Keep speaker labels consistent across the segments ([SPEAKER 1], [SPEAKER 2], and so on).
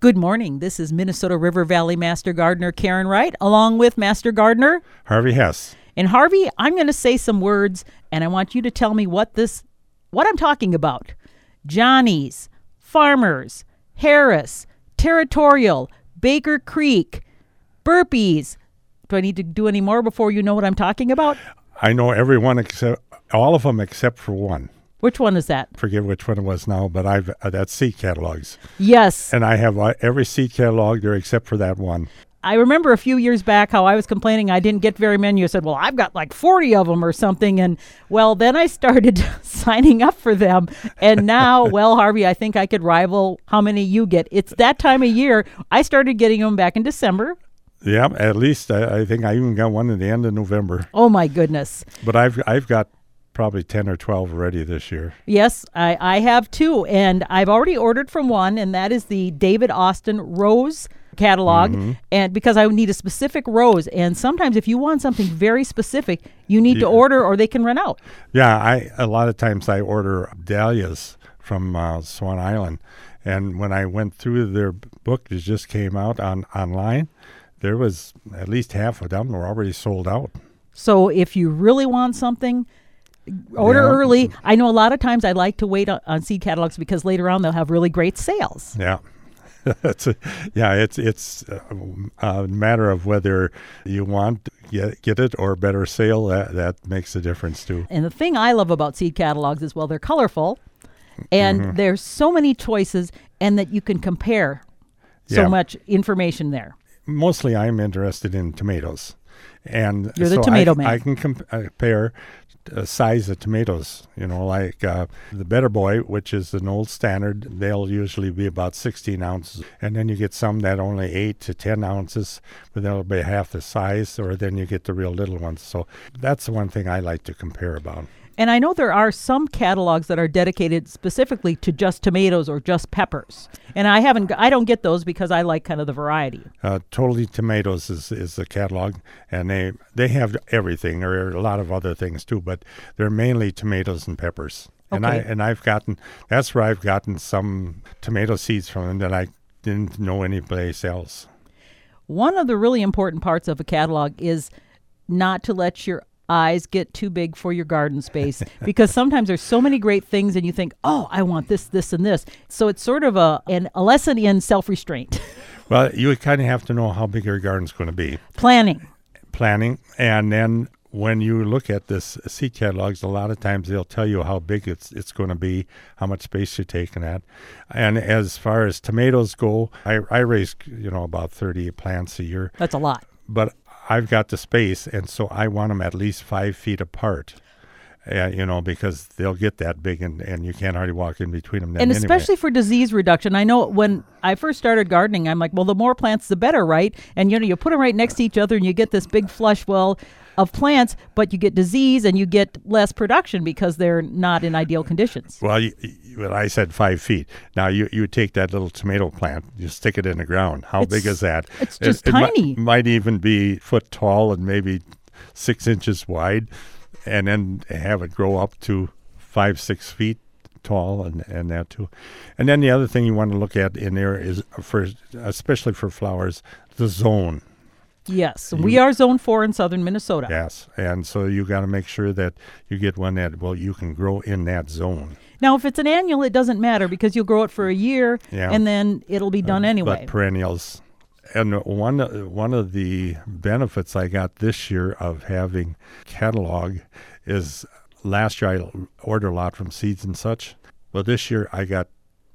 [SPEAKER 1] Good morning. This is Minnesota River Valley Master Gardener Karen Wright, along with Master Gardener.
[SPEAKER 2] Harvey Hess.
[SPEAKER 1] And Harvey, I'm going to say some words, and I want you to tell me what this, what I'm talking about. Johnny's, Farmers, Harris, Territorial, Baker Creek, Burpees. Do I need to do any more before you know what I'm talking about?
[SPEAKER 2] I know everyone except all of them except for one.
[SPEAKER 1] Which one is that?
[SPEAKER 2] Forget which one it was now, but I've uh, that's seed catalogs,
[SPEAKER 1] Yes.
[SPEAKER 2] and I have uh, every seed catalog there except for that one.
[SPEAKER 1] I remember a few years back how I was complaining I didn't get very many. You said, "Well, I've got like 40 of them or something." And well, then I started signing up for them. And now, well, Harvey, I think I could rival how many you get. It's that time of year. I started getting them back in December.
[SPEAKER 2] Yeah, at least I, I think I even got one at the end of November.
[SPEAKER 1] Oh my goodness.
[SPEAKER 2] But I've I've got probably ten or twelve already this year.
[SPEAKER 1] Yes, I, I have two, and I've already ordered from one, and that is the David Austin Rose catalog. And because I need a specific rose, and sometimes if you want something very specific, you need to order or they can run out.
[SPEAKER 2] Yeah, I a lot of times I order dahlias from uh, Swan Island, and when I went through their book that just came out on online, there was at least half of them were already sold out.
[SPEAKER 1] So if you really want something, order
[SPEAKER 2] Yeah.
[SPEAKER 1] early. I know a lot of times I like to wait on, on seed catalogs because later on they'll have really great sales.
[SPEAKER 2] Yeah. That's a, yeah, it's it's uh, a matter of whether you want to get, get it or better sale that that makes a difference too.
[SPEAKER 1] And the thing I love about seed catalogs is well, they're colorful and
[SPEAKER 2] Mm-hmm.
[SPEAKER 1] there's so many choices and that you can compare so
[SPEAKER 2] Yeah.
[SPEAKER 1] much information there.
[SPEAKER 2] Mostly, I'm interested in tomatoes, and
[SPEAKER 1] You're the
[SPEAKER 2] so I
[SPEAKER 1] tomato
[SPEAKER 2] can-
[SPEAKER 1] man.
[SPEAKER 2] I can comp- uh, compare uh, size of tomatoes. You know, like uh, the Better Boy, which is an old standard, they'll usually be about 16 ounces, and then you get some that only eight to 10 ounces, but they'll be half the size, or then you get the real little ones. So that's the one thing I like to compare about.
[SPEAKER 1] And I know there are some catalogs that are dedicated specifically to just tomatoes or just peppers. And I haven't g- I don't get those because I like kind of the variety.
[SPEAKER 2] Uh, totally Tomatoes is, is the catalog, and they they have everything. There are a lot of other things too, but they're mainly tomatoes and peppers. And I
[SPEAKER 1] Okay.
[SPEAKER 2] and I've gotten that's where I've gotten some tomato seeds from them that I didn't know any place else.
[SPEAKER 1] One of the really important parts of a catalog is not to let your eyes get too big for your garden space because sometimes there's so many great things and you think, "Oh, I want this, this and this." So it's sort of a an, a lesson in self-restraint,
[SPEAKER 2] Well, you kind of have to know how big your garden's going to be.
[SPEAKER 1] planning.
[SPEAKER 2] planning and then when you look at this seed catalogs a lot of times they'll tell you how big it's it's going to be how much space you're taking at and as far as tomatoes go i i raise you know about 30 plants a year
[SPEAKER 1] That's a lot.
[SPEAKER 2] but i've got the space and so i want them at least five feet apart uh, you know because they'll get that big and and you can't hardly walk in between them then
[SPEAKER 1] and
[SPEAKER 2] anyway.
[SPEAKER 1] especially for disease reduction. I know when I first started gardening, I'm like, well, the more plants, the better, right? And you know, you put them right next to each other, and you get this big flush well of plants, but you get disease and you get less production because they're not in ideal conditions.
[SPEAKER 2] Well, you, you, well, I said five feet. Now you you take that little tomato plant, you stick it in the ground. How big
[SPEAKER 1] It's-
[SPEAKER 2] is that?
[SPEAKER 1] it's just
[SPEAKER 2] it, mi-
[SPEAKER 1] tiny.
[SPEAKER 2] Might, even be foot tall and maybe six inches wide, and then have it grow up to five six feet tall and and that too. And then the other thing you want to look at in there is for especially for flowers the zone.
[SPEAKER 1] Yes, we are zone four in southern Minnesota.
[SPEAKER 2] Yes, and so you got to make sure that you get one that well you can grow in that zone.
[SPEAKER 1] Now, if it's an annual, it doesn't matter because you'll grow it for a year
[SPEAKER 2] Yeah. Uh,
[SPEAKER 1] and then it'll be done anyway.
[SPEAKER 2] but perennials. And one one of the benefits I got this year of having catalog is last year I ordered a lot from Seeds and Such. Well, this year I got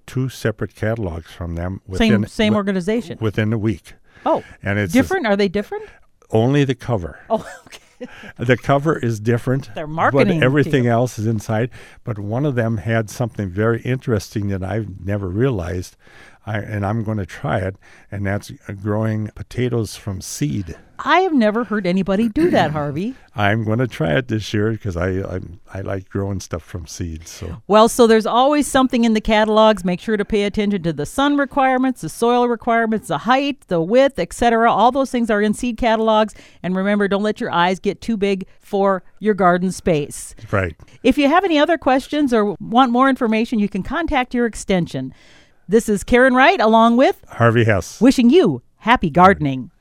[SPEAKER 2] two separate catalogs from them
[SPEAKER 1] same
[SPEAKER 2] within
[SPEAKER 1] same
[SPEAKER 2] wi-
[SPEAKER 1] organization.
[SPEAKER 2] within a week,
[SPEAKER 1] oh,
[SPEAKER 2] and it's just
[SPEAKER 1] different? Are they different?
[SPEAKER 2] only the cover.
[SPEAKER 1] Oh, okay.
[SPEAKER 2] The cover is different.
[SPEAKER 1] Their marketing
[SPEAKER 2] But everything
[SPEAKER 1] deal.
[SPEAKER 2] else is inside. But one of them had something very interesting that I've never realized, I, and I'm going to try it, and that's growing potatoes from seed.
[SPEAKER 1] I have never heard anybody do that, Harvey.
[SPEAKER 2] I'm going to try it this year because I, I I like growing stuff from seed. So
[SPEAKER 1] Well, so there's always something in the catalogs. Make sure to pay attention to the sun requirements, the soil requirements, the height, the width, etc. All those things are in seed catalogs. And remember, don't let your eyes get too big for your garden space.
[SPEAKER 2] right.
[SPEAKER 1] If you have any other questions or want more information, you can contact your extension. This is Karen Wright along with
[SPEAKER 2] Harvey Hess.
[SPEAKER 1] wishing you happy gardening.